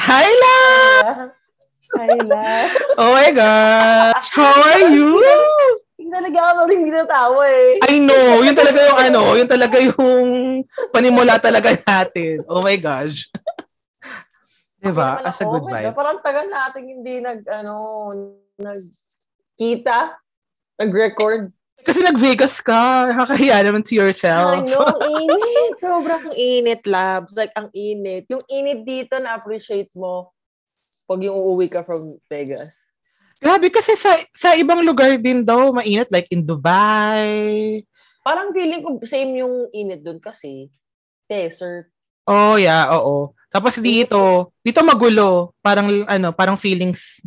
Hi, love! Hi, love. Oh my gosh! How are you? Hindi talaga ako maling ginatawa eh. I know! Yun talaga yung ano, yun talaga yung panimula talaga natin. Oh my gosh. Diba? Naman As a ako, eh, good my God, vibe. Parang tagal natin hindi nag, ano, nagkita, nag-record. Kasi nag-Vegas ka. Nakakahiya naman to Ay, yourself. no, ang init. Sobrang init, labs. Like, ang init. Yung init dito na-appreciate mo pag yung uuwi ka from Vegas. Grabe kasi sa sa ibang lugar din daw mainit like in Dubai. Parang feeling ko same yung init doon kasi eh, desert. Oh yeah, oo. Tapos dito, dito magulo, parang ano, parang feelings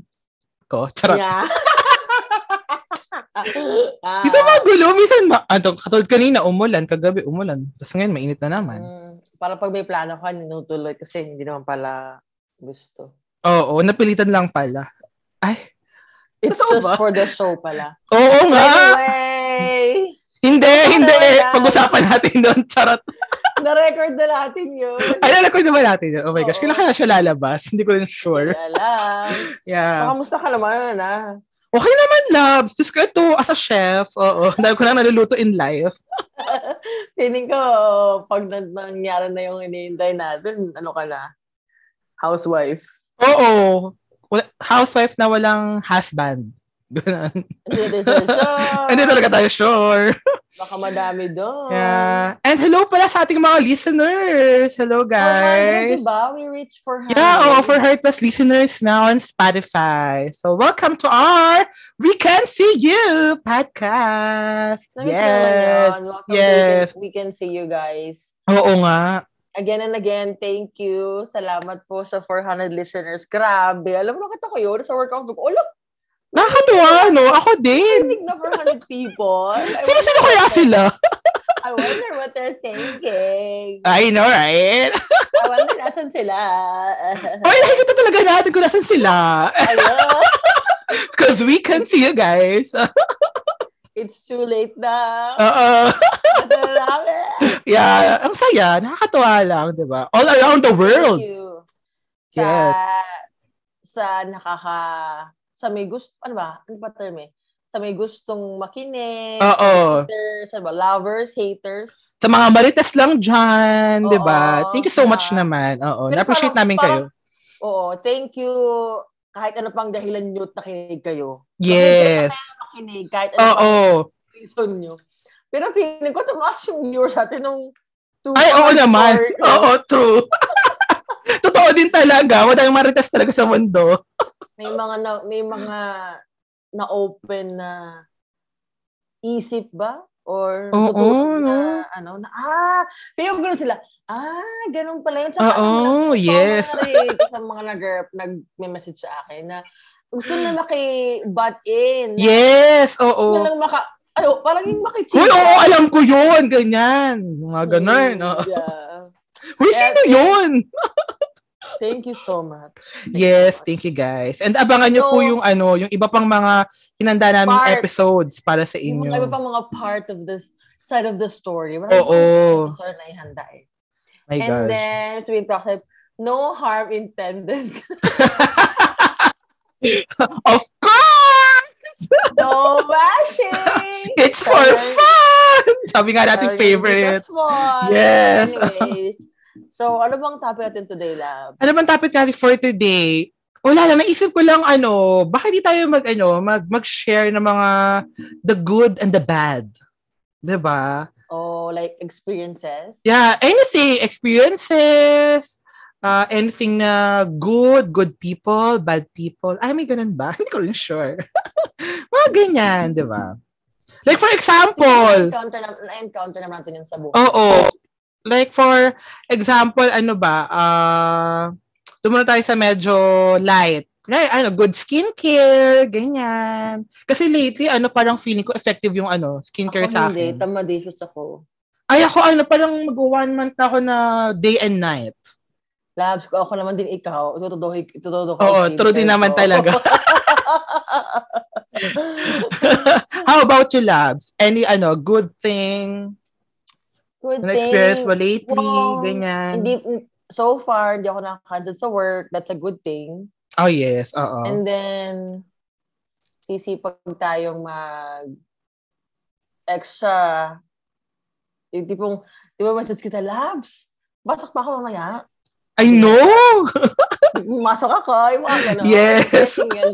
ko. Charot. Yeah. ah, Dito magulo, minsan ma- ano, katulad kanina umulan, kagabi umulan. Tapos ngayon mainit na naman. mm, parang pag may plano ka, ninutuloy kasi hindi naman pala gusto. Oo, napilitan lang pala. Ay, It's Totoo just ba? for the show pala. oo nga. Anyway, Hindi, hindi. Wala. Pag-usapan natin doon, charot. na-record na natin yun. Ay, nalakoy na ba natin yun? Oh my gosh, Oo. kailan kaya siya lalabas? Hindi ko rin sure. Hindi alam. Yeah. Makamusta ka naman ano na. Okay naman, loves. Diyos ko ito, as a chef, oo. Dahil ko lang naluluto in life. Feeling ko, pag nan- nangyari na yung iniintay natin, ano ka na? Housewife. Oo. Wala- housewife na walang husband. Ganun. Hindi natin sure. sure. Hindi talaga tayo sure. Baka madami doon. Yeah. And hello pala sa ating mga listeners. Hello, 400, guys. diba? We reach 400. Yeah, oh, for Heart Plus listeners now on Spotify. So welcome to our We Can See You podcast. Yes. Yes. Welcome Yes. yes. We can see you guys. Oo nga. Again and again, thank you. Salamat po sa 400 listeners. Grabe. Alam mo, nakita ko yun sa workout group. Alam, Nakakatuwa, no? Ako din. pinig na 400 people. I Sino-sino wonder kaya what sila? they're- I wonder what they're thinking. I know, right? I wonder nasan sila. Ay, nakikita talaga natin kung nasan sila. Ayun. Because we can see you guys. It's too late na. Oo. Ano na namin? Yeah, ang saya. Nakakatuwa lang, di ba? All around the world. Thank you. Sa, Yes. sa nakaka... Sa may gusto... Ano ba? Ano ba term eh? Sa may gustong makinig. Oo. Haters. Ano ba? Lovers, haters. Sa mga marites lang dyan, di ba? Oo, Thank you so much yeah. naman. Oo, Pero na-appreciate parang- namin kayo. parang- Oo. Thank you. Kahit ano pang dahilan nyo at nakinig kayo. Yes. Makinig. Kahit ano pang Oo. reason nyo. Pero feeling ko tumaas yung viewers natin nung two Ay, oo hours naman. or- Oo, true. Totoo din talaga. Madaming marites talaga sa mundo. may mga na, may mga na open na isip ba or Oo, tutulog na no? ano na ah pero ganun sila ah ganun pala yun sa Oo, yes. sa mga nag nag-message sa akin na gusto na maki-butt in Yes, gusto oo. lang maka ano parang yung makichika Uy, oo, alam ko yun. Ganyan. Mga Ah, ganun. oo. yeah. Uy, sino yun? thank you so much Thank you Yes, so much. thank you guys. And abangan nyo So- po yung ano, yung iba pang mga hinanda naming Part. episodes para sa yung mga iba inyo. pang mga part of this side of the story Marami Oo. pang story na ihanda eh My and gosh. then, to be proactive, no harm intended. of course! no bashing! It's for Sorry. fun! Sabi nga natin Sorry, favorite. just one. Yes. Anyway, so ano bang topic natin today, love? Ano bang topic natin for today? Wala lang, naisip ko lang ano, baka di tayo mag, ano, mag, mag-share ng mga the good and the bad. 'Di ba? Oh, like experiences? Yeah, anything, experiences, uh, anything na good, good people, bad people. Ay, may ganun ba? Hindi ko rin sure. Mga ganyan, di ba? Like for example, Na-encounter, na, na-encounter naman natin yun sa buhay. oo, like for example, ano ba, uh, dumuna tayo sa medyo light. Kunwari, ano, good skincare, ganyan. Kasi lately, ano, parang feeling ko effective yung ano, skincare ako sa hindi, akin. tamadicious ako. Ay, ako, ano, parang mag one month na ako na day and night. Labs ko, ako naman din ikaw. Itutuduhin, itutuduhin. Oo, true din naman talaga. How about you, Labs? Any ano, good thing Good na experience thing. mo lately? Wow. Ganyan. Hindi, so far, hindi ako nakaka-cancel sa work. That's a good thing. Oh, yes. Oo. And then, sisipag tayong mag extra. Yung tipong, di ba message kita, labs? Basak pa ako mamaya. I know! Masok ako. Yung mga ganun. Yes. Yung yun.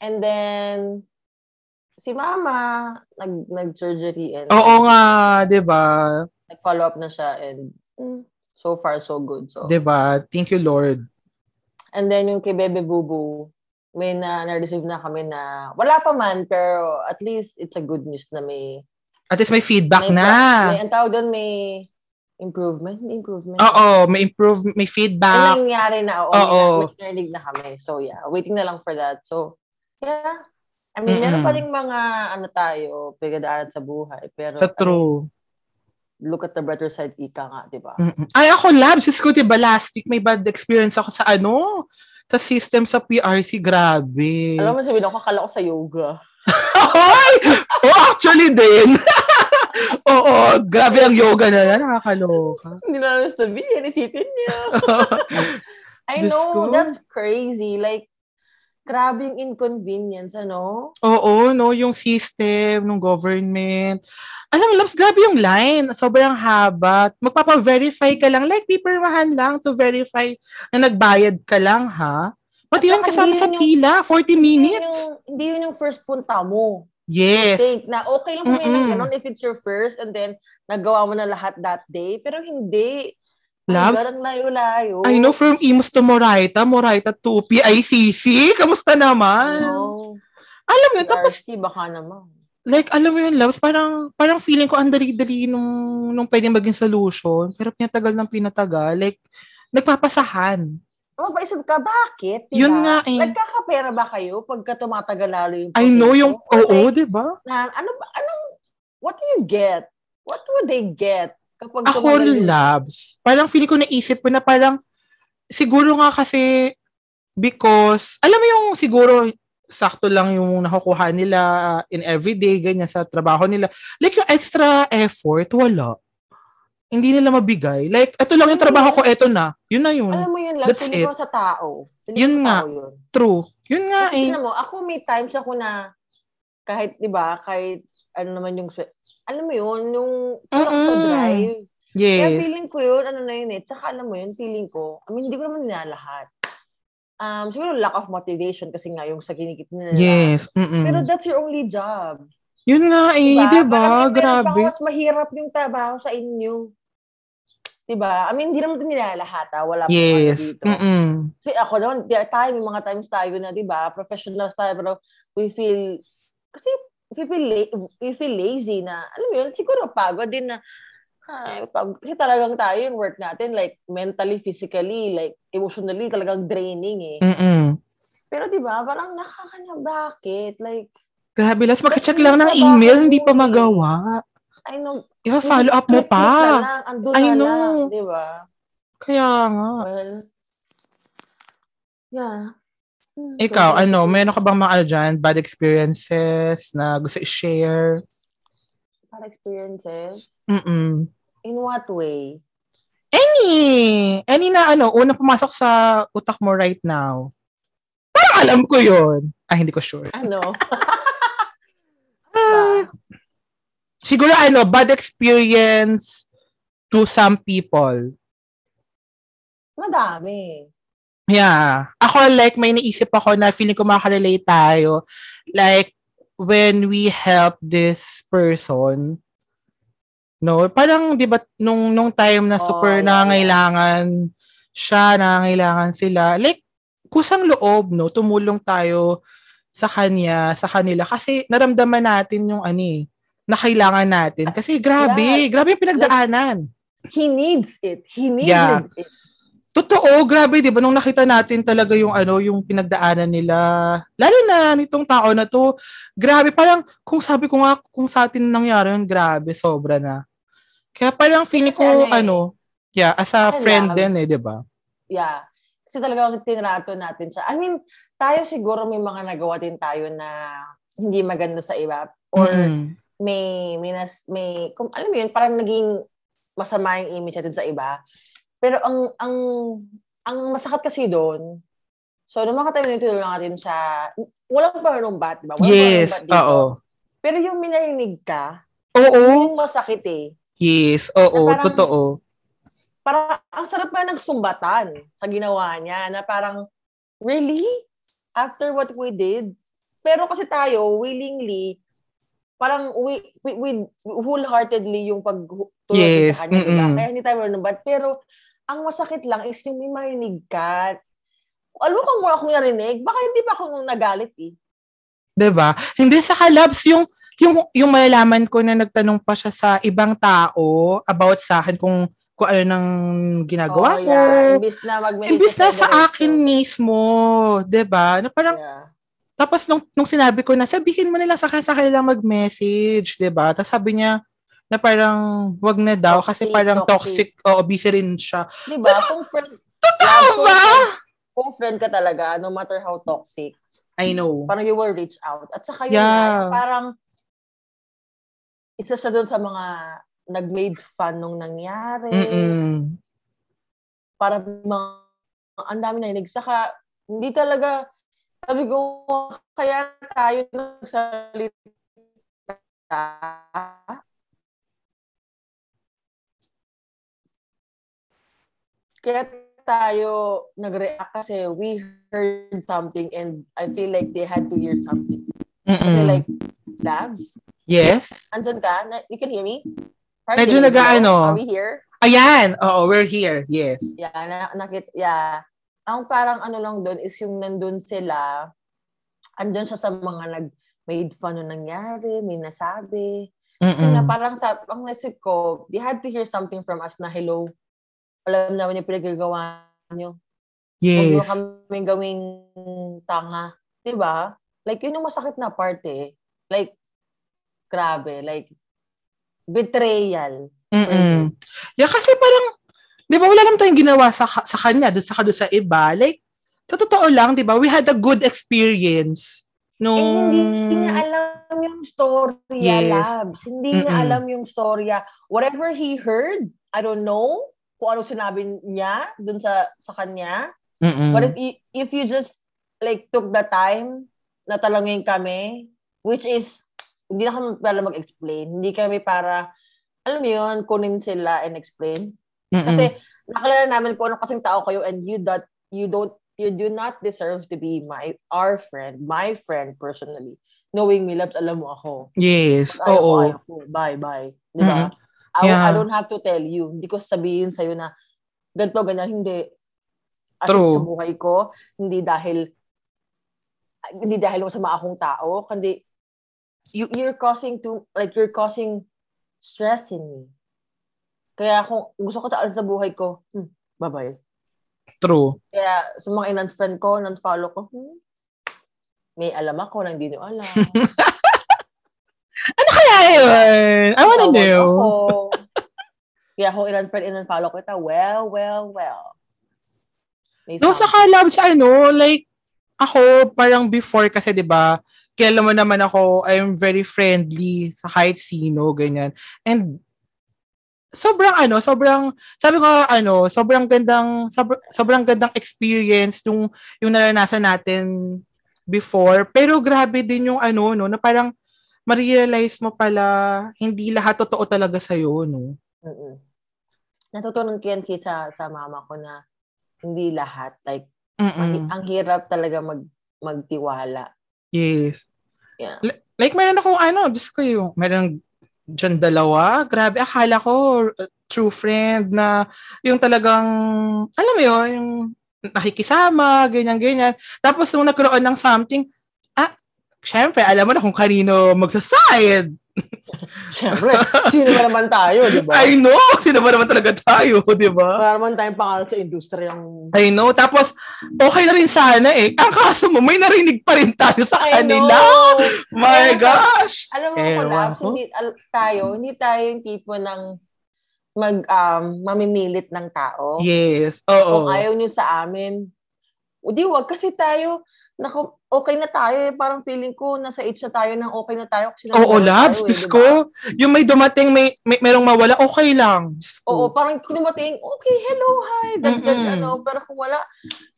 And then, si mama, nag, nag-surgery and Oo nga, di ba? nag-follow up na siya and mm, so far, so good. So, Diba? Thank you, Lord. And then yung kay Bebe Bubu, may na, na-receive na kami na wala pa man, pero at least it's a good news na may... At least may feedback may, na. May, ang tawag doon, may improvement? Improvement? Oo, may improve, may Ang feedback. nangyari na, oo, Ah, Oo. May, may narinig na kami. So yeah, waiting na lang for that. So, yeah. I mean, Mm-mm. meron pa rin mga ano tayo, pagdadaanan sa buhay. Pero, Sa I true. mean, look at the better side, ika nga, di ba? Mm-mm. Ay, ako labs. Sis ko, diba, last week may bad experience ako sa ano? Sa system sa PRC. Grabe. Alam mo, sabihin ako, akala ko sa yoga. Hoy! oh, actually din. Oo, grabe ang yoga na. Nakakaloka. Hindi na namin sabihin, isipin niya. I Diyos know, ko. that's crazy. Like, grabe yung inconvenience, ano? Oo, no, yung system ng government. Alam mo, Labs, grabe yung line. Sobrang haba. Magpapa-verify ka lang. Like, pipirmahan lang to verify na nagbayad ka lang, ha? Pati At yun saka kasama hindi sa yun yung- pila, 40 Hindi yun minutes. yung, hindi yun yung first punta mo. Yes. Take na, okay lang kung yun Mm-mm. ganun if it's your first and then nagawa mo na lahat that day. Pero hindi. Labs? Parang layo-layo. I know, from Imus to Moraita, Moraita to PICC. Kamusta naman? Ano? Alam mo, yun, tapos PRC, baka naman. like alam mo yun loves parang parang feeling ko ang dali-dali nung nung pwedeng maging solution pero pinatagal ng pinatagal like nagpapasahan Mapaisip Oh, ka, bakit? Diba? Yun nga eh. Nagkakapera ba kayo pagka tumatagal lalo yung I know proseso? yung Or oo like, 'di ba na ano ba anong what do you get? What would they get kapag ako tumagal yung- labs parang feeling ko naisip ko na parang siguro nga kasi because alam mo yung siguro sakto lang yung nakukuha nila uh, in everyday ganyan sa trabaho nila like yung extra effort wala hindi nila mabigay like ito lang yung trabaho ko eto na yun na yun Alam mo yun lang, That's feeling ko sa tao. Feeling Yun ko sa nga. tao yun. true yun nga Kasi eh tingnan mo, ako may times ako na kahit 'di ba, kahit ano naman yung alam mo yun, yung parang sa Mm-mm. drive. Kaya Yes. feeling ko yun, ano na yun eh. Tsaka alam mo yun, feeling ko, I mean, hindi ko naman nilalahat. Um, siguro lack of motivation kasi nga yung sa kinikip nila. Yes. Mm-mm. Pero that's your only job. yun nga eh, Diba? di ba? Parang meron pa Grabe. mas mahirap yung trabaho sa inyo. Diba? I mean, hindi naman ito nilalahat, ah. Wala pong ano Yes. dito. Mm-mm. Kasi ako naman, di- tayo, may mga times tayo na, diba, professionals tayo, pero we feel, kasi we feel, la- we feel lazy na, alam mo yun, siguro pagod din na, ay, pag, kasi talagang tayo yung work natin, like, mentally, physically, like, emotionally, talagang draining eh. Mm-mm. Pero diba, parang nakakanya, bakit? Like, Grabe, last magka-check Kasi lang ng trabaho email, hindi mo pa eh. magawa. I know, Iba follow up mo click-click Na pa. lang, andun I na know. Ah. lang, diba? Kaya nga. Well, yeah. Hmm, Ikaw, ganun. ano, meron ka bang mga ano dyan, bad experiences na gusto i-share? Para experiences. Mm-mm. In what way? Any, any na ano, unang pumasok sa utak mo right now. Parang alam ko yun. Ay, hindi ko sure. Ano? Ah. siguro ano, bad experience to some people. Madami. Yeah. Ako like may naisip ako na feeling ko makarelate tayo. Like when we help this person, no, parang 'di ba nung nung time na Oh, super yeah, nangangailangan siya, nangangailangan sila. Like kusang loob, no, tumulong tayo sa kanya, sa kanila kasi naramdaman natin yung ano eh, na kailangan natin kasi grabe, grabe yung pinagdaanan. He needs it. He needed Yeah. it. Totoo, grabe, di ba? Nung nakita natin talaga yung ano, yung pinagdaanan nila, lalo na nitong tao na to, grabe, parang, kung sabi ko nga, kung sa atin nangyari yun, grabe, sobra na. Kaya parang feeling Kasi ko, ano eh, ano, yeah, as a ano, friend din abs- eh, di ba? Yeah. Kasi talagang tinrato natin siya. I mean, tayo siguro may mga nagawa din tayo na hindi maganda sa iba. Or Mm-mm. may, may, nas, may, kung, alam mo yun, parang naging masama yung image natin sa iba. Pero ang ang ang masakit kasi doon, so nung mga time na tinulungan natin siya, walang panumbat, di ba? Walang Yes, panumbat dito. oo. Pero yung minarinig ka, Oo, yung masakit eh. yes, oo, Na parang- totoo. Parang ang sarap nga nagsumbatan sa ginawa niya na parang, really? After what we did? Pero kasi tayo, willingly, parang we, we, we wholeheartedly yung pagtulong Yes, sa kanya. diba? mm-mm. Kaya hindi tayo manumbat. Pero ang masakit lang is yung may marinig ka. Alam mo kung wala akong narinig, baka hindi pa ako nagalit eh. 'di ba? Hindi sa kalabs yung yung yung malalaman ko na nagtanong pa siya sa ibang tao about sa akin kung kung ano nang ginagawa ko. Oo, Oh, yeah. Imbis na mag-meditate Imbis na sa diretso. akin mismo, 'di ba? Na parang Yeah. tapos nung nung sinabi ko na sabihin mo nila sa kanila sa kanila mag-message, 'di ba? Tapos sabi niya na parang wag na daw kasi Toxic, parang toxic. toxic, o busy rin siya. Di ba? Kung friend, Totoo Yeah, ba? kung friend ka talaga, no matter how toxic, I know. parang you will reach out. At saka yun, Yeah. nga, parang isa siya doon sa mga nag-made fun nung nangyari. Mm-mm. Para mga, ang dami nainig. Saka, hindi talaga, sabi ko, kaya tayo nagsalita. Kaya tayo nag-react kasi we heard something and I feel like they had to hear something. Kasi Mm-mm. like, labs, yes. andyan ka? Na- you can hear me? Parang Medyo ano? narinig mo? nag-ano. Are we here? Ayan. Oo, we're here. Yes. Yeah, na- nakit- yeah. Ang parang ano lang doon is yung nandun sila, andun siya sa mga nag made fun nung nangyari, may nasabi. Kasi Mm-mm. na parang sa, ang nasip ko, they had to hear something from us na hello. Alam naman yung pinagagawa nyo. Huwag nyo Yes. kami gawing tanga. 'Di ba? Like, yun yung masakit na part eh. Like, grabe. Like, betrayal. Mm-mm. Yeah, kasi parang, di ba, wala naman tayong ginawa sa, ka- sa kanya, doon sa, doon sa iba. Like, sa totoo lang, di ba, we had a good experience. And Nung, Eh, hindi niya alam yung storya, Mm. Yes. labs. Hindi niya Mm-mm. alam yung storya. Whatever he heard, I don't know kung ano sinabi niya dun sa sa kanya. Mm-mm. But if you, if you just like took the time na talangin kami, which is, hindi na kami para mag-explain. Hindi kami para, alam mo yun, kunin sila and explain. Mm-mm. Kasi nakilala namin kung ano kasing tao kayo and you that you don't you do not deserve to be my our friend, my friend personally. Knowing me, Labs, alam mo ako. yes, Ayaw ko, oo. Mm-hmm. ayaw ko. Bye, bye. Di ba? I, Yeah. I don't have to tell you. Hindi ko sabihin sa'yo na ganito, ganyan. Hindi. As in, True. Sa buhay ko, hindi dahil hindi dahil masama akong tao, kundi you, you're causing to, like, you're causing stress in me. Kaya kung gusto ko taal sa buhay ko, hmm, bye-bye. True. Kaya sa mga in-unfriend ko, non-follow ko, hmm, may alam ako na hindi nyo alam. Kaya yun. I wanna Tawag know. Ako. Kaya kung in-unfriend, in-unfollow ko ito, well, well, well. May No, sa something. collabs, ano, like, ako, parang before kasi, di ba, kilala mo naman ako, I'm very friendly sa kahit sino, ganyan. And, sobrang ano, sobrang, sabi ko, ano, sobrang gandang, sobr- sobrang gandang experience yung, yung naranasan natin before. Pero grabe din yung ano, no, na parang, ma-realize mo pala, hindi lahat totoo talaga sa'yo, no? Mm-mm. Natutunan ko yan kay sa, sa mama ko na hindi lahat. Like, ang, Mm-mm. ang hirap talaga mag, magtiwala. Yes. Yeah. Like, meron akong ano, Diyos ko yung, meron dyan dalawa. Grabe, akala ko uh, true friend na yung talagang, alam mo yun, yung nakikisama, ganyan-ganyan. Tapos nung nagkaroon ng something, ah, syempre, alam mo na kung kanino magsaside. Siyempre, sino ba naman tayo, di ba? I know, sino ba naman talaga tayo, di ba? Wala naman tayong pangalan sa industriyang... I know. Tapos, okay na rin sana eh. Ang kaso mo, may narinig pa rin tayo sa I know! kanila. My gosh! Alam mo, ano Ewan collabs, ko. hindi, al- tayo, hindi tayo yung tipo ng mag, um, mamimilit ng tao. Yes, Kung oo. ayaw nyo sa amin, o di wag kasi tayo, Naku, okay na tayo eh. Parang feeling ko, nasa age na tayo ng okay na tayo. Kasi Oo, nasa- labs. tayo eh, Diyos diba? ko. Yung may dumating, may, may merong mawala, okay lang. Diyos ko. Oo, parang kung dumating, okay, hello, hi, dagdag, Mm-mm. ano, pero kung wala,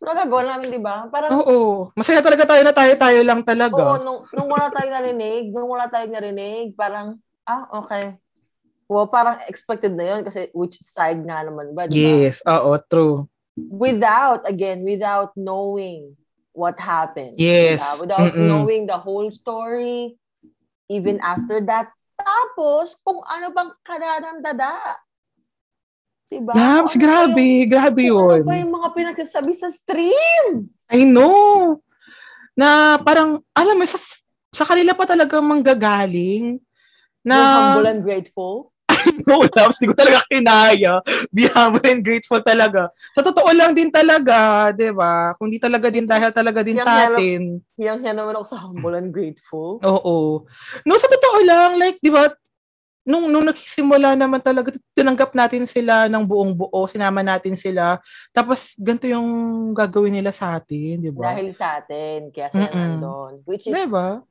nagagawa namin, di ba? Parang, Oo. Masaya talaga tayo na tayo-tayo lang talaga. oo, nung, nung wala tayong narinig, nung wala tayong narinig, parang, ah, okay. Well, parang expected na yun kasi which side nga naman ba, Diba? di ba? Yes, oo, true. Without, again, without knowing what happened. di Yes. ba? Without Mm-mm. knowing the whole story, even after that. Tapos, kung ano bang kadadandada. Diba? Labs, Kung ano ba yung- grabe, grabe yun. Ano ba yung mga pinagsasabi sa stream? I know. Na parang, alam mo, sa, sa kanila pa talaga manggagaling. Na, Yung humble and grateful? no, labs, di ko talaga kinaya. Be humble and grateful talaga. Sa totoo lang din talaga, di ba? Kung di talaga din dahil talaga din Yung sa yellow- atin. Hiyang hiya naman ako sa humble and grateful. Oo. No, sa totoo lang, like, di ba, nung, nung nagsimula naman talaga, tinanggap natin sila ng buong buo, sinama natin sila, tapos ganito yung gagawin nila sa atin, di ba? Dahil sa atin, kaya sila Mm-mm. nandun. Which is, Di ba?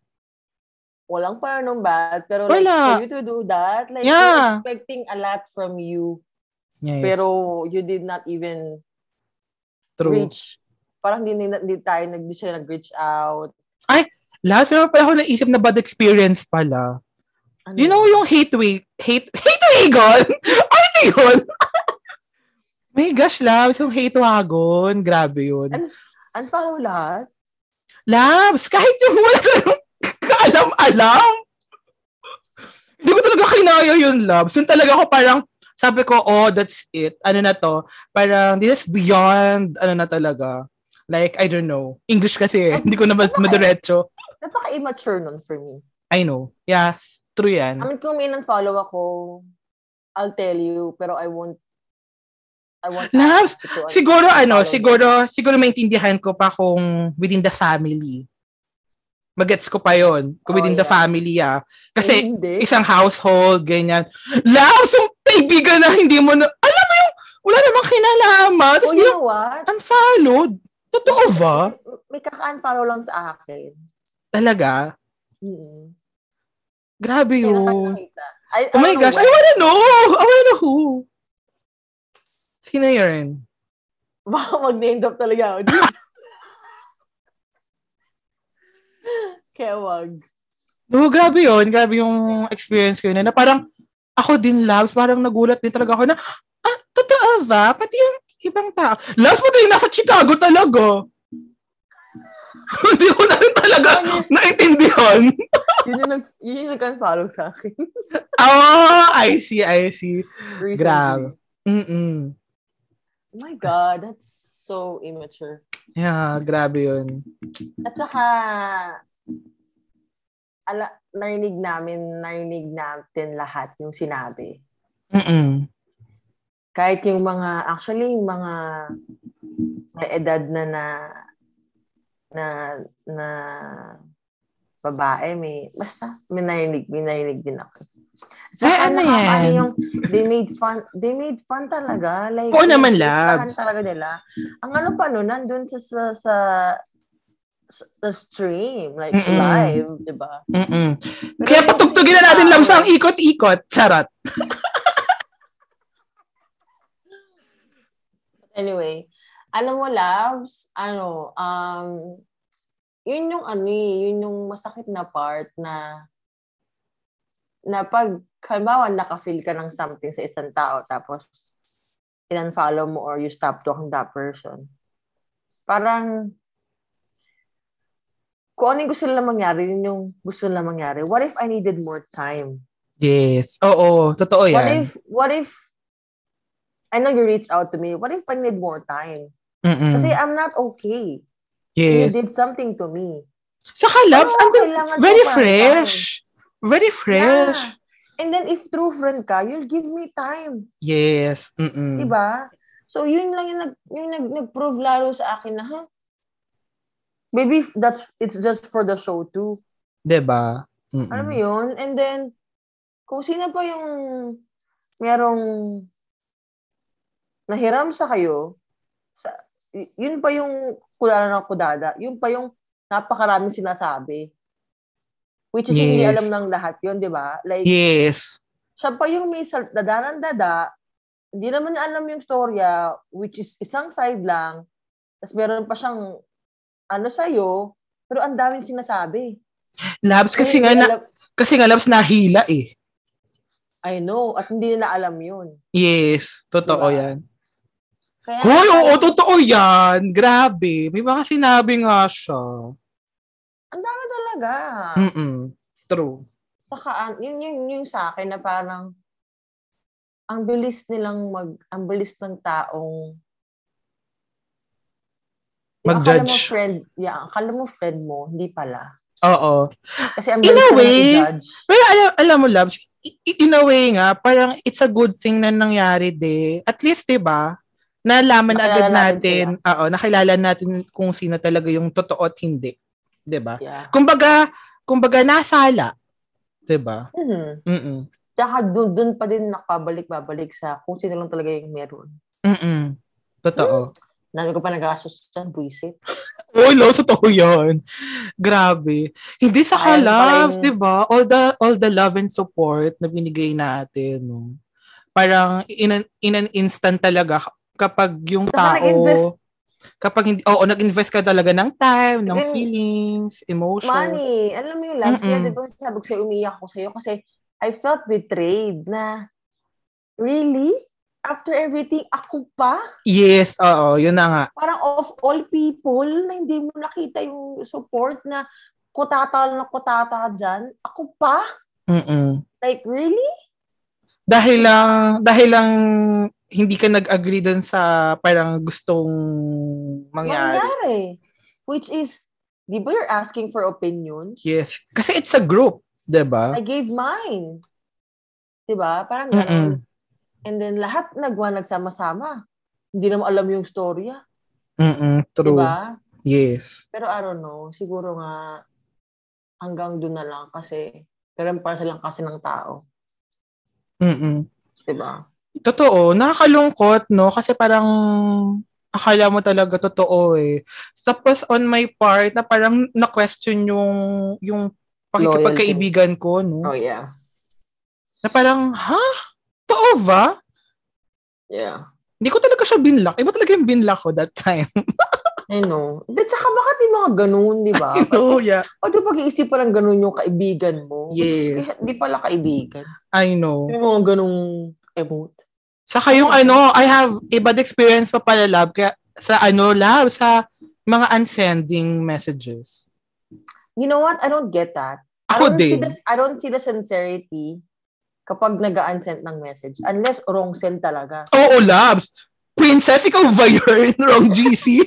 walang parang bad, pero like, Wala. for you to do that, like, Yeah. you're expecting a lot from you, Yes, pero you did not even true. reach, parang hindi, hindi tayo, nag- hindi sila nag-reach out. Last meron pala ako naisip na bad experience pala. Ano? You know yung hate week, hate, hate wagon? Ay, ito yun! My gosh, Labs, yung hate wagon. Grabe yun. Unfollow lahat. Labs, kahit yung wala talagang kaalam-alam. Hindi ko talaga kinaya yun, Labs. Yun talaga ako parang, sabi ko, oh, that's it. Ano na to? Parang, this is beyond, ano na talaga. Like, I don't know. English kasi, eh. hindi ko na mas madiretso. Napaka-immature nun for me. I know. Yes, true I yan. mean, kung may follow ako, I'll tell you, pero I won't, I won't. Labs, ask you to- Siguro, ano, follow. siguro, siguro maintindihan ko pa kung within the family. Magets ko pa yon Kung Oh, within the yeah. family, ah. Kasi, Eh, hindi. isang household, ganyan. Laos, yung kaibigan na hindi mo na, alam mo yung, wala namang kinalaman. Oh, Tapos you bilang know what? unfollowed. Totoo ba? May kaka-unfollow lang sa akin. Talaga? Mm-mm. Grabe Kaya yun. nakakita. I, I Oh my don't know gosh, I why. wanna know! I wanna who? Sino yun? Baka mag-name drop talaga ako. Kaya wag. No, grabe yun. Grabe yung experience ko yun. Na parang, ako din, Labs, parang nagulat din talaga ako na, ah, totoo ba? Pati yung ibang tao. Labs, pati yung nasa Chicago talaga. Hindi ko na rin talaga naintindihan. Yun yung, nag, yun yung nag-unfollow sa akin. Oh, I see, I see. Recently. Grabe. Mm-mm. Oh my God, that's so immature. Yeah, grabe yun. At saka, ala, narinig namin, narinig natin lahat yung sinabi. Mm-mm. kahit yung mga actually yung mga may edad na na na na babae may basta may narinig may narinig din ako. Ay, ano nakakaano yan? Yung, they made fun they made fun talaga like Oo naman, pinagtahan Labs. talaga nila. Ang ano pa no nandun sa sa sa, sa- sa stream like Mm-mm. live, 'di ba? Mm-mm. Pero Kaya yung- patugtugin na natin lang sa ang ikot-ikot. Charot. Anyway, alam mo, loves, ano, um, yun yung ano eh, yun yung masakit na part na na pag, halimbawa, naka-feel ka ng something sa isang tao, tapos in-unfollow mo or you stop talking to that person. Parang, kung ano yung gusto nila mangyari, yun yung gusto nila mangyari. What if I needed more time? Yes. Oo, totoo What yan. if, what if, I know you reached out to me, what if I need more time? Mm-mm. Kasi I'm not okay. You Mm. Yes. did something to me. Saka labs, Ano ang kailangan very ko pa? fresh. Very fresh. Yeah. And then if true friend ka, you'll give me time. Yes. Mm-mm. Diba? So yun lang yung, nag, yung nag, nag-prove lalo sa akin na, huh? Maybe f- that's, it's just for the show too. Diba? Mm-mm. Alam mo yun? And then, kung sino pa yung merong nahiram sa kayo, sa, y- yun pa yung kulala ng kudada, yun pa yung napakaraming sinasabi. Which is Yes. hindi alam ng lahat yun, di ba? Like, Yes. siya pa yung may sal- dadanan dada, hindi naman niya alam yung storya, which is isang side lang, tapos meron pa siyang ano sa'yo, pero ang daming sinasabi. Labs kasi Hindi nga, na, alam- kasi nga labs nahila eh. I know, at hindi nila alam yun. Yes. Totoo Diba? yan. Kaya, Hoy, oo, totoo yan. Grabe. May mga sinabi nga siya. Ang dami talaga. Mm-mm. True. Saka, an- yun, yun, yung sa akin na parang, ang bilis nilang mag, ang bilis ng taong, Yung akala mo Mag-judge. friend, yeah, akala mo friend mo, hindi pala. Oo. Kasi ang In a bilis nilang way, i-judge. Pero alam, alam mo, Labs, i- i- in a way nga, parang it's a good thing na nangyari de. At least, di ba, nalaman na Nakilala agad natin natin, oo, nakilala natin kung sino talaga yung totoo at hindi. Di ba? Yeah. Kumbaga, kumbaga nasala. Di ba? Mhm. Mm-mm. Tsaka dun, dun pa din nakabalik-babalik sa kung sino lang talaga yung meron. Mm-mm. Totoo. Nami ko pa nag-asus dyan, buisit. Uy, lo, totoo yan. Grabe. Hindi sa Ayan pala kalabs, yung- di ba? All the, all the love and support na binigay natin. No? Parang in an, in an instant talaga kapag yung Saka nag-invest. tao, kapag hindi, oo, nag-invest ka talaga ng time, ng Nag- feelings, emotion. Money, alam mo yung last year, Mm-mm. di ba sabi ko sa'yo, umiyak ko sa'yo kasi I felt betrayed na, really? After everything, ako pa? Yes, oo, yun na nga. Parang of all people na hindi mo nakita yung support na kutata na kutata dyan, ako pa? Mm-mm. Like, really? Dahil lang, dahil lang hindi ka nag-agree dun sa parang gustong mangyari. Mangyari. Which is, di ba you're asking for opinions? Yes. Kasi it's a group, di ba? I gave mine. 'Di ba? Parang ganun. Mm-mm. And then lahat nagwa nagsama-sama. Hindi naman alam yung storya, Mm-mm. 'di True. ba? Yes. Pero I don't know, siguro nga hanggang doon na lang kasi meron pa silang kasi ng tao, Mm-mm. 'di ba? Totoo. Nakakalungkot, no? Kasi parang akala mo talaga totoo eh. Tapos on my part, na parang na-question yung, yung pakikipagkaibigan ko, no? Oh yeah. Na parang, ha? Totoo ba? Yeah. Hindi ko talaga siya binlock. Iba talaga yung binlock ko that time. I know. At saka bakit may mga ganun, di ba? oh, yeah. Pag pag-iisip pa ng ganun yung kaibigan mo. Yes. Kasi Hindi pala kaibigan. I know. May mga ganung emote. Saka yung ano, I have a bad experience pa pala, love, kaya sa ano, love, sa mga unsending messages. You know what? I don't get that. I Ako don't See din. the, I don't see the sincerity kapag nag-unsend ng message. Unless wrong send talaga. Oo, labs. Princess, ikaw ba yun? Wrong GC?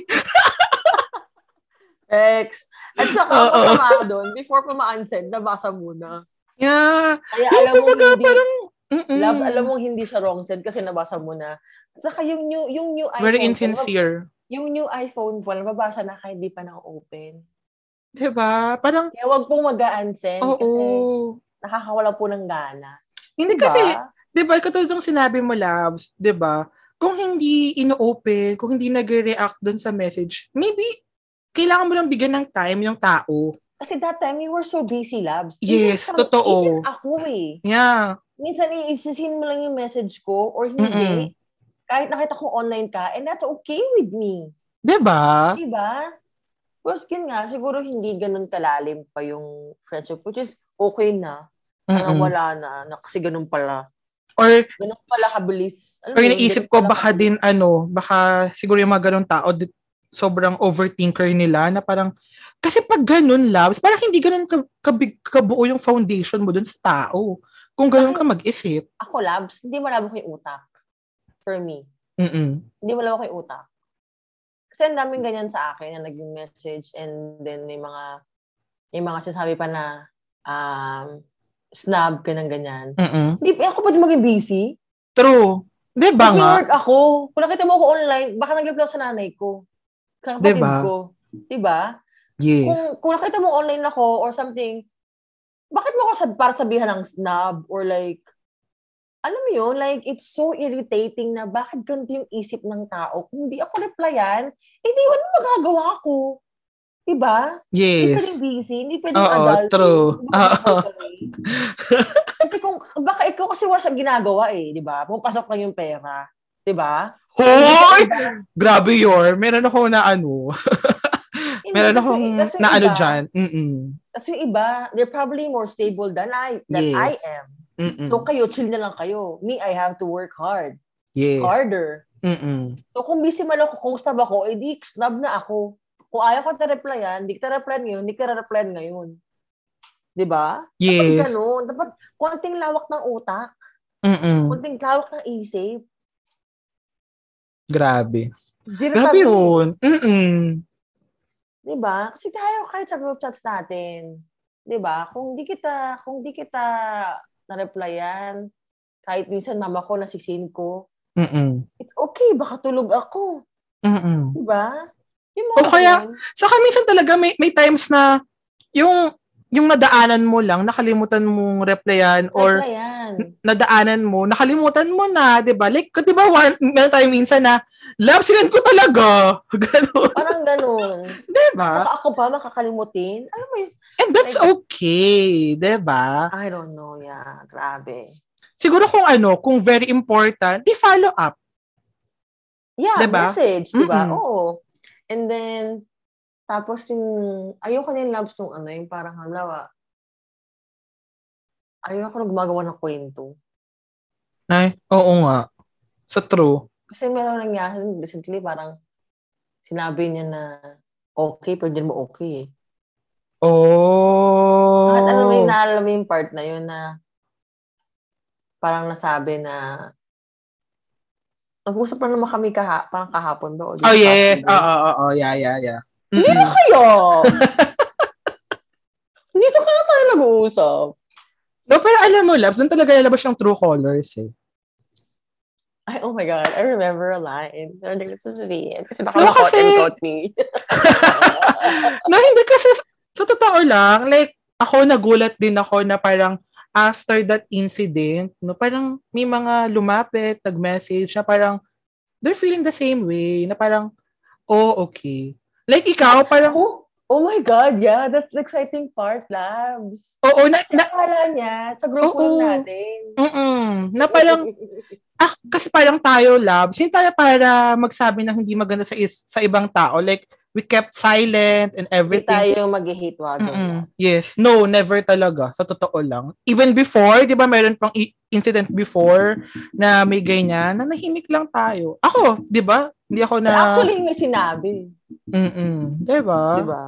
Ex. At saka, Oo. ang masama doon, before pa ma-unsend, nabasa muna. yeah. Kaya Yung alam mo kumbaga, hindi, parang, mm. mm-mm. loves, alam mo hindi siya wrong send kasi nabasa muna. At saka yung new, yung new iPhone. Very ko, insincere. Yung new iPhone po, nababasa na kahit di pa na-open. Diba? Parang, Kaya wag pong mag-unsend oo. kasi nakakawala po ng gana. Hindi Diba? kasi, diba, katulad ng sinabi mo, labs, diba, kung hindi ino-open, kung hindi nagre-react dun sa message, maybe, kailangan mo lang bigyan ng time yung tao. Kasi that time, you were so busy, Labs. Yes, Even sa- totoo. Even ako eh. Yeah. minsan iisisin mo lang yung message ko or hindi, Mm-mm. kahit nakita ko online ka, and that's okay with me. Diba? Diba? Plus, yun nga, siguro hindi ganun kalalim pa yung friendship, which is okay na. Parang Mm-mm. wala na, na, kasi ganun pala. Or, Ganun pala kabilis. Alam or mo yun, iniisip Mm, ganun ko pala baka kabilis. din ano, baka siguro yung mga ganun tao di- sobrang overthinker nila na parang kasi pag ganun labs, parang hindi ganun ka, kabig, kabuo yung foundation mo dun sa tao. Kung ganun ka mag-isip. Ako, labs, hindi malabo ko yung utak. For me. Mm-mm. Hindi malabo ko yung utak. Kasi ang daming ganyan sa akin na naging message and then may mga, yung mga sinasabi pa na um, snub ka ng ganyan. Mm-mm. Di, eh, ako pwede maging busy. True. 'Di ba nga? Nag-work ako. Kung nakita mo ako online, baka nag-live lang sa nanay ko. Sa kapatid Diba? ko. Diba? Kung, Yes. kung nakita mo online ako or something, bakit mo ako sab- para sabihan ng snub or like, alam mo yun, like, it's so irritating na bakit ganito yung isip ng tao. Kung hindi ako replyan, eh di ano magagawa ko? Diba? Hindi Yes. pwedeng busy, hindi pwedeng Oo, adult. true. Hindi Oo. pwedeng adultery. kasi kung, baka ikaw kasi wala siyang ginagawa eh, di ba? Pumapasok lang yung pera. Di ba? Hoy! Grabe yun. Meron ako na ano. Hindi, Meron kasi- akong kasi na ano iba- dyan. Mm-mm. Kasi yung iba, they're probably more stable than I than Yes. Hmm. I am. Mm-mm. So kayo, chill na lang kayo. Me, I have to work hard. yes. Harder. Mm-mm. So kung busy man ako, kung stab ako, edi snub na ako. Kung ayaw ko ta-replyan, di ka replyan ngayon, di ka replyan ngayon. Di ba? Dapat Yes. ganun. Dapat konting lawak ng utak, Mm-mm. konting lawak ng isip. Grabe. Di na Grabe kami, yun. Mm-mm. Di ba? Kasi tayo kahit sa group chats natin. Di ba? Kung di kita, kung di kita na-replyan, kahit minsan mama ko nasisin ko, Mm-mm. it's okay, baka tulog ako. Mm-mm. Di ba? Yung O kaya- ganun. Saka minsan talaga may, may times na yung yung nadaanan mo lang, nakalimutan mong replyan or Replyan. nadaanan mo, nakalimutan mo na, 'di ba? Like, 'di ba, one- meron tayong minsan na love sinan ko talaga. Ganun, Parang ganun. 'di ba? Baka ako ba makakalimutin? Alam mo yun? And that's okay, 'di ba? I don't know, yeah. Grabe. Siguro kung ano, kung very important, i-follow up. Yeah, Diba? message, di ba? Mm-mm. Oo. And then, tapos yung, ayoko na yung loves nung ano, yung parang halawa, ayoko na gumagawa ng kwento. Ay, oo nga. Sa true. Kasi meron nangyari recently, parang sinabi niya na, okay, pero din mo okay eh. Oh. At alam mo yung naalala mo yung part na yun na parang nasabi na nag-usap lang naman kami kaha, parang kahapon ba? o di Oh ba, yes. Saturday? Oo, oo, oo. Yeah, yeah, yeah. Hindi Mm-mm. na kayo! Dito ka na tayo nag-uusap. No, pero alam mo, Labs, doon talaga lalabas yung true colors eh. Ay, oh my God, I remember a line. Pero hindi ko ito sabihin. Kasi baka No, no, kasi- and quote me. no, hindi kasi sa- sa totoo lang, like, ako nagulat din ako na parang after that incident, no, parang may mga lumapit, nag-message na parang they're feeling the same way, na parang, oh, okay. Like, ikaw, parang, oo, oh, oh my God, yeah, that's the exciting part, labs. na, na, Nakala niya sa grupo Oo. natin. mm na parang, ah, kasi parang tayo, labs, hindi tayo para magsabi ng hindi maganda sa, is- sa ibang tao. Like, we kept silent and Hindi everything. tayo mag-hate wagon. Mm-mm. Yes. No, never talaga. Sa totoo lang. Even before, di ba meron pang i- incident before na may ganyan, na nahimik lang tayo. Ako, di ba? Hindi ako na... Actually, may sinabi. Mm-mm. Di ba? Di ba?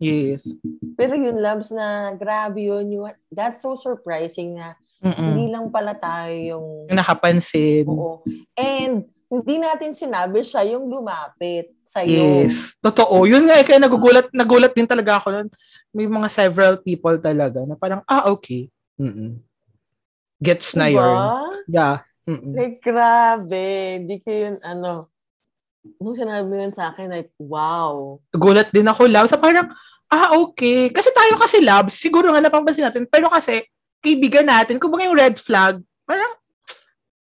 Yes. Pero yun, labs, na grabe yun. You, that's so surprising na Mm-mm. hindi lang pala tayo yung Yung nakapansin. Oo. And hindi natin sinabi siya yung lumapit sa iyo. Yes. Totoo. Yun nga, eh, kaya nagugulat, nagulat din talaga ako nun. May mga several people talaga na parang, ah, okay. Mm-mm. Gets na yun. Yeah. Mm-mm. Like, grabe. Hindi ko yun, ano, nung sinabi yun sa akin, like, wow. gulat din ako, Labs. Sa parang, ah, okay. Kasi tayo kasi, Labs, siguro nga napapansin natin. Pero kasi, kaibigan natin, kung yung red flag, parang,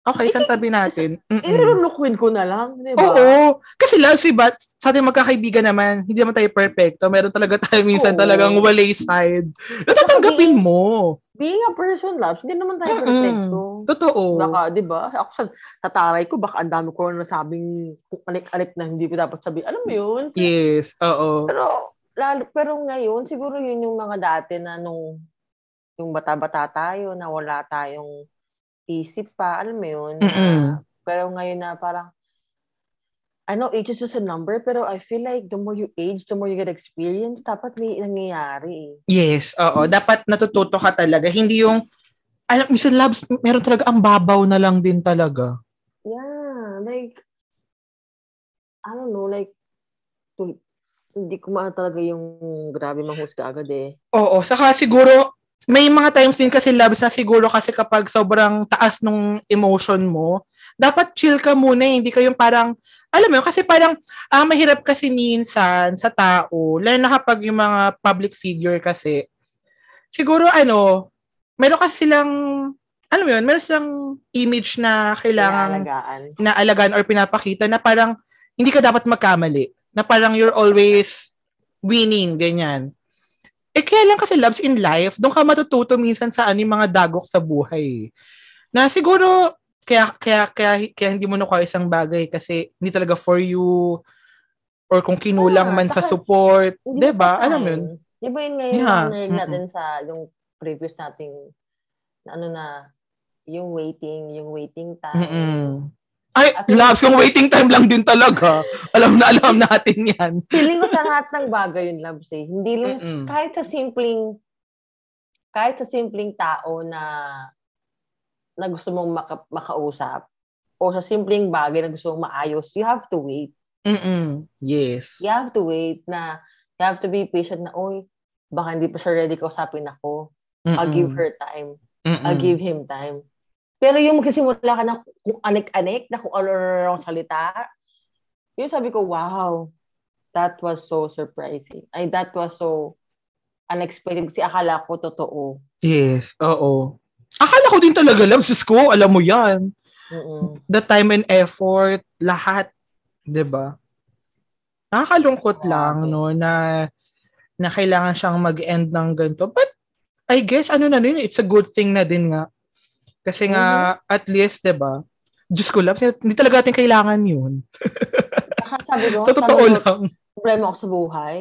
okay, isang tabi natin. Mm-mm. Inilulukwin ko na lang, di ba? Mm. Oo. Kasi, Labs, iba, sa ating magkakaibigan naman, hindi naman tayo perfecto. Meron talaga tayo minsan Oo. talagang walay side. Natatanggapin mo. Being a person, loves, hindi naman tayo Mm-mm. perfecto. Totoo. Baka, di ba? Ako sa tataray ko, baka ang dami ko na nasabing kung alik-alik na hindi ko dapat sabihin. Alam mo yun? Yes. Oo. Pero lalo pero ngayon siguro yun yung mga dati na nung yung bata-bata tayo na wala tayong isip pa, alam mo yun. na- Mm-mm. pero ngayon na parang I know age is just a number, pero I feel like the more you age, the more you get experience, dapat may nangyayari. eh. Yes. Oo. Dapat natututo ka talaga. Hindi yung, alam, minsan, Labs, meron talaga ang babaw na lang din talaga. Yeah, like, I don't know, like, tul- hindi ko maa talaga yung grabe manghusga agad eh. Oo, saka siguro may mga times din kasi labs na siguro kasi kapag sobrang taas nung emotion mo, dapat chill ka muna, eh. hindi ka yung parang, alam mo yun, kasi parang ah, mahirap kasi minsan sa tao, lalo na kapag yung mga public figure kasi, siguro ano, meron kasi silang, alam mo yun, meron silang image na kailangan Inaalagaan. inaalagaan or pinapakita na parang hindi ka dapat magkamali. Na parang you're always winning, ganyan. Eh, kaya lang kasi loves in life, doon ka matututo minsan sa ano yung mga dagok sa buhay. Na siguro, kaya, kaya, kaya, kaya hindi mo nakuha isang bagay kasi hindi talaga for you or kung kinulang Ah, man sa baka- support. Hindi Diba? pa Alam mo time. yun? Di ba yun ngayon Yeah. yeah. narinig Mm-mm. natin sa yung previous nating na ano na yung waiting, yung waiting time. Mm-mm. Ay, Ako- loves, kung waiting time lang din talaga. Alam na alam natin yan. Feeling ko sa lahat ng bagay yun, loves eh. Hindi lang, Mm-mm. kahit sa simpleng, kahit sa simpleng tao na, na gusto mong maka- makausap, o sa simpleng bagay na gusto mong maayos, you have to wait. Mm-mm. Yes. you have to wait na you have to be patient na, oy, baka hindi pa siya ready kausapin ako. I'll give her time. Mm-mm. I'll give him time. Pero yung magsisimula ka na kung anik-anik, na kung ano salita, yun sabi ko, wow, that was so surprising. Ay, that was so unexpected. Kasi akala ko totoo. Yes, oo. Akala ko din talaga, loves, Diyos ko, alam mo yan. Mm-mm. The time and effort, lahat, 'di ba? Nakakalungkot Grabe. lang, no, na, na kailangan siyang mag-end ng ganito. But, I guess, ano na rin, it's a good thing na din nga. Kasi nga, Mm-hmm. at least, 'di ba? Diyos ko, loves, hindi talaga natin kailangan yun. Saka sabi ko, Sa totoo sabi ko, lang. problema ako sa buhay.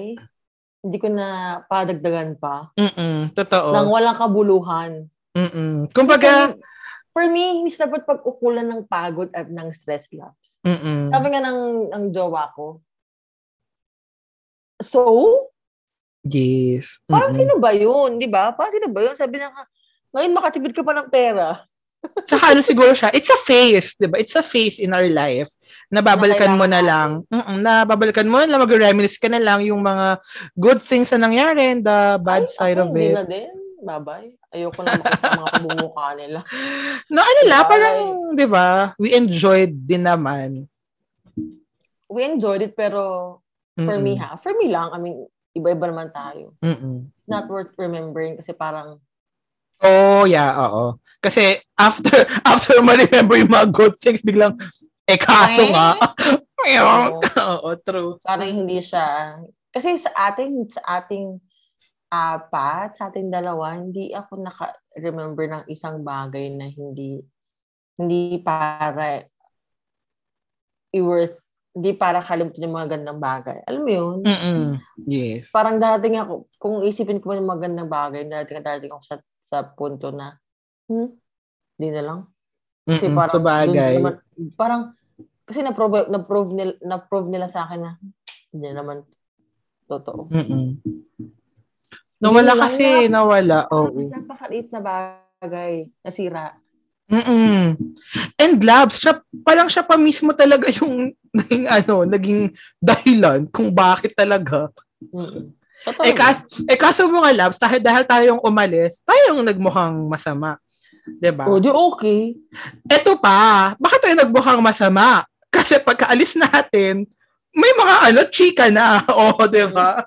Hindi ko na padagdagan pa. Mm-mm, totoo. Nang walang kabuluhan. Mm-mm. Oh. Kumbaga, Kasi, for me, hindi dapat pag-ukulan ng pagod at ng stress laps. mm-mm. Sabi nga ng, ng jowa ko, so, Yes. parang Mm-mm. sino ba yun, di ba? Parang sino ba yun? Sabi niya, "Ah, ngayon makatipid ka pa ng pera. Saka ano siguro siya, it's a phase, 'di ba? It's a phase in our life. Nababalikan mo na lang. kailangan Mm, nababalikan mo na lang, mag-reminisce ka na lang yung mga good things na nangyari and the bad Ay, side ako, of hindi it. na din. Babay. Ayoko na makita sa mga kabumuka nila. No, ano la, Bye. parang, 'di ba? We enjoyed din naman. We enjoyed it, pero for Mm-mm. me ha, for me lang, I mean, iba-iba naman tayo. Mm-mm. Not worth remembering kasi parang, Oh, yeah, oo. Kasi after after mo remember yung mga good things, biglang eh kaso Eh? nga. ano, oo, true. Parang hindi siya. Kasi sa ating, sa ating apat, sa ating dalawa, hindi ako naka-remember ng isang bagay na hindi, hindi para i-worth, hindi para kalimutan yung mga gandang bagay. Alam mo yun? Mm-mm. Yes. Parang darating ako, kung isipin ko man yung mga gandang bagay, darating, darating ako sa, sa punto na, hmm, hindi na lang. Kasi Mm-mm. parang, Sa bagay. dun naman, parang, kasi na-prove, na-prove, nila, na-prove nila sa akin na, hindi naman totoo. Mm-mm. Nawala Hindi kasi, lang nawala. Tapos Oo. napakaliit na bagay, nasira. Mm-mm. And labs, siya, parang siya pa mismo talaga yung naging, ano, naging dahilan kung bakit talaga. Mm-mm. Totoo. Eh, kas, eh kaso mga labs, dahil, dahil tayong umalis, tayong nagmukhang masama. Diba? 'Di ba? O, Oh, di okay. Eto pa, bakit tayo nagmukhang masama? Kasi pagkaalis natin, may mga ano, chika na. O, oh, di ba?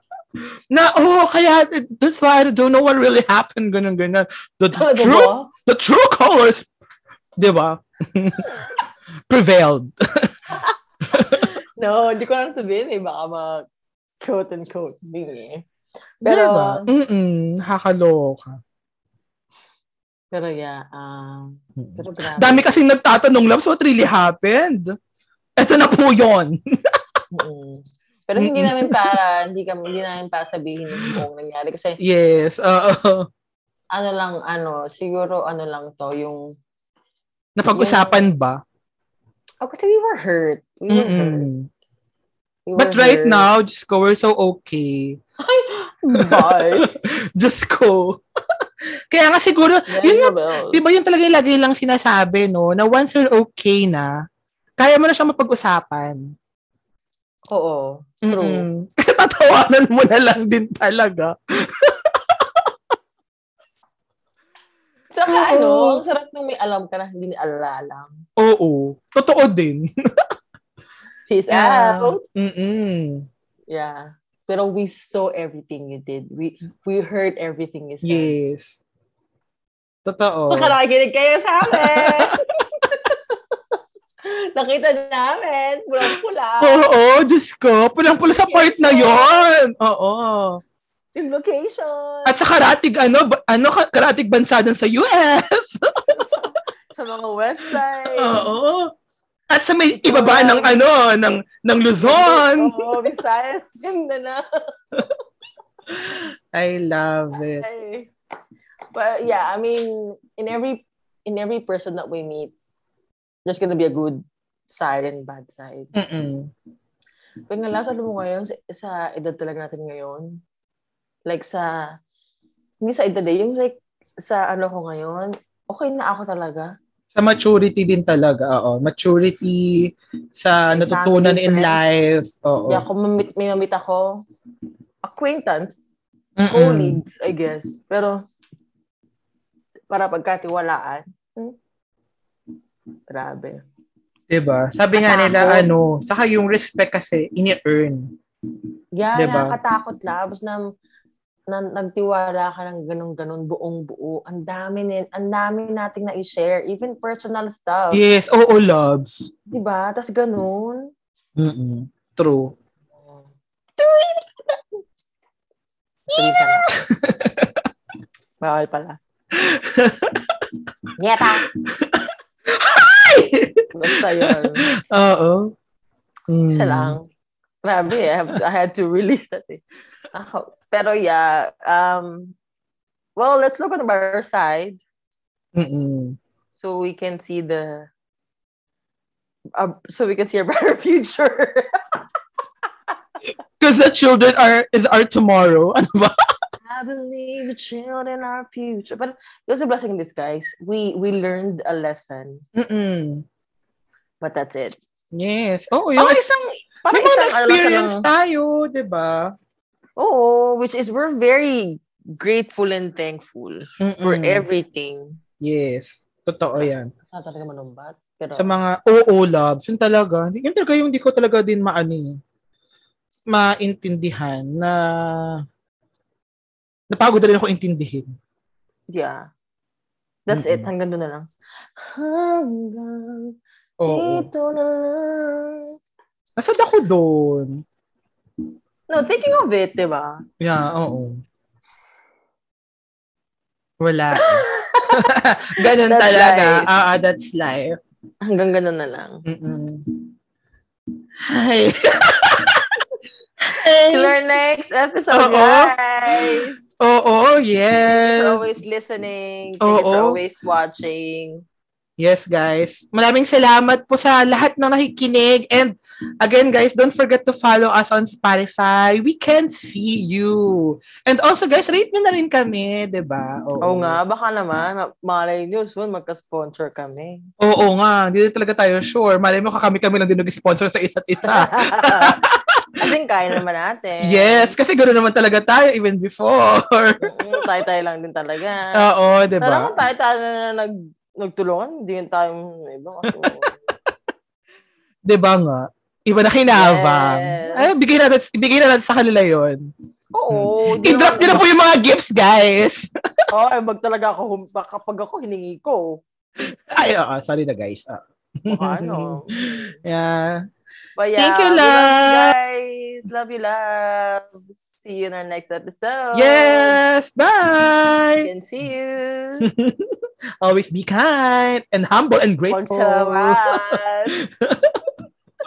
Na, oh, kaya, that's why I don't know what really happened. Ganun, ganun. The, the Talaga true, Oh, ba? the true colors, di ba? prevailed. No, hindi ko lang sabihin eh. Baka mag quote and quote Pero, bingi. eh. Pero, diba? Mm-mm, nakakaloka. pero yeah. Um, pero grabe. Dami kasing nagtatanong lang, so what really happened? Eto na po yun. Mm-mm. Pero hindi namin para, hindi, kami, hindi namin para sabihin yung buong nangyari. Kasi Yes, oo. ano lang, ano, siguro ano lang to, yung, Napag-usapan ba? oh, kasi we were hurt. We were hurt. Mm-mm. We were But right hurt. now, just ko, we're so okay. bye. Just ko. Kaya nga siguro, yun nga, di ba yun talaga yung lagi lang sinasabi, no? Na once you're okay na, kaya mo na siyang mapag-usapan. Oo. True. Mm-mm. Kasi tatawanan mo na lang din talaga. Tsaka Oo. ano, ang sarap nung may alam ka na hindi alalam. Oo. Totoo din. Peace Yeah. out. Mm-mm. Yeah. Pero we saw everything you did. We we heard everything you said. Yes. Totoo. So, karakinig kayo sa amin. Nakita namin. Pulang pula. Oo, Diyos ko. Pulang-pula sa part na yon. Oo. Yung location. At sa karatig, ano, ba- ano ka- karatig bansa dun sa US. sa mga west side. Oo. At sa may ibaba ng, ano, ng, ng Luzon. Oo, Visayas. Mindanao. I love it. Ay. But yeah, I mean, in every in every person that we meet, there's gonna be a good side and bad side. Mm-mm. Pero nga lang, alam mo ngayon, sa, sa edad talaga natin ngayon, like sa, hindi sa edad eh, yung like, sa ano ko ngayon, okay na ako talaga. Sa maturity din talaga, oo. Maturity sa May natutunan family in friends. life. Oo. Kaya kung mamit, may mamit ako, acquaintance, Mm-mm. colleagues, I guess. Pero, para pagkatiwalaan, hmm, grabe. Diba? Sabi nga Katako. nila, ano, saka yung respect kasi, ini-earn. Yeah, Diba? nakakatakot labos na, na nagtiwala ka ng ganun-ganun buong buo. Ang dami nin, ang dami nating na-share, even personal stuff, Yes, oo, loves. 'di ba? Tas ganun. Mm-mm. True. Sorry ka na. Bawal pala. Nyeta! Basta yun. Oo. Mm. Isa lang. Grabe, I, have, I had to release that eh. Ako. Pero yeah, um, well, let's look on the brighter side. Mm-mm. so we can see the uh, so we can see a brighter future. Because the children are is our tomorrow. Ano ba? I believe the children are future. But it was a blessing in disguise. We we learned a lesson, Mm-mm. but that's it. Yes. Oo, yung, Parang ex- isang yung parang mga isang ano lang siya experience ng- tayo, di ba? Oo, which is we're very grateful and thankful for Mm-mm. everything. Yes. Totoo Ah, yan. Sa talaga manumbat. Pero Sa mga oo loves, yun talaga. Yun talaga yung di ko talaga din maano eh, maintindihan na napagod na rin ako intindihin. yeah. That's it. Mm-mm. Hanggang doon na lang. Hanggang Oo. dito na lang. Nasad ako doon. No, thinking of it, di ba? Yeah, oo. Wala. Ganun That's talaga. life. Ah, ah, that's life. Hanggang ganun na lang. Mm-mm. Hi. Hi. Till our next episode, Oo. guys. Oo, Thank you yes. for always listening. Thank you for Oo. always watching. Yes, guys. Maraming salamat po sa lahat na nakikinig. And again, guys, don't forget to follow us on Spotify. We can see you. And also, guys, rate nyo na rin kami, 'di ba? Oo nga, baka naman, ma- malay nyo, soon magka-sponsor kami. Oo nga. Hindi na talaga tayo sure. Malay mo, kakami-kami lang din nag-sponsor sa isa't isa. I think kaya naman natin. yes, kasi gano'n naman talaga tayo even before. Mm, tayo-tayo lang din talaga. Oo, 'di ba? Sana kung tayo-tayo na nag, nagtulungan, hindi yun tayo may iba. Kasi, 'Di ba nga? Iba na kinabang. Yes. Ay, bigay na natin, bigay na natin sa kanila 'yon. oo. di I-drop nyo naman- na po yung mga gifts, guys. Oo, oh, mag talaga ako, hum- kapag ako hiningi ko. Ay, oo, sorry na, guys. Ah. Baka ano. Yeah. But yeah, Thank you, we love. you guys. Love you, love. See you in our next episode. Yes. Bye. And see you. Always be kind and humble and Huwag grateful. tawas.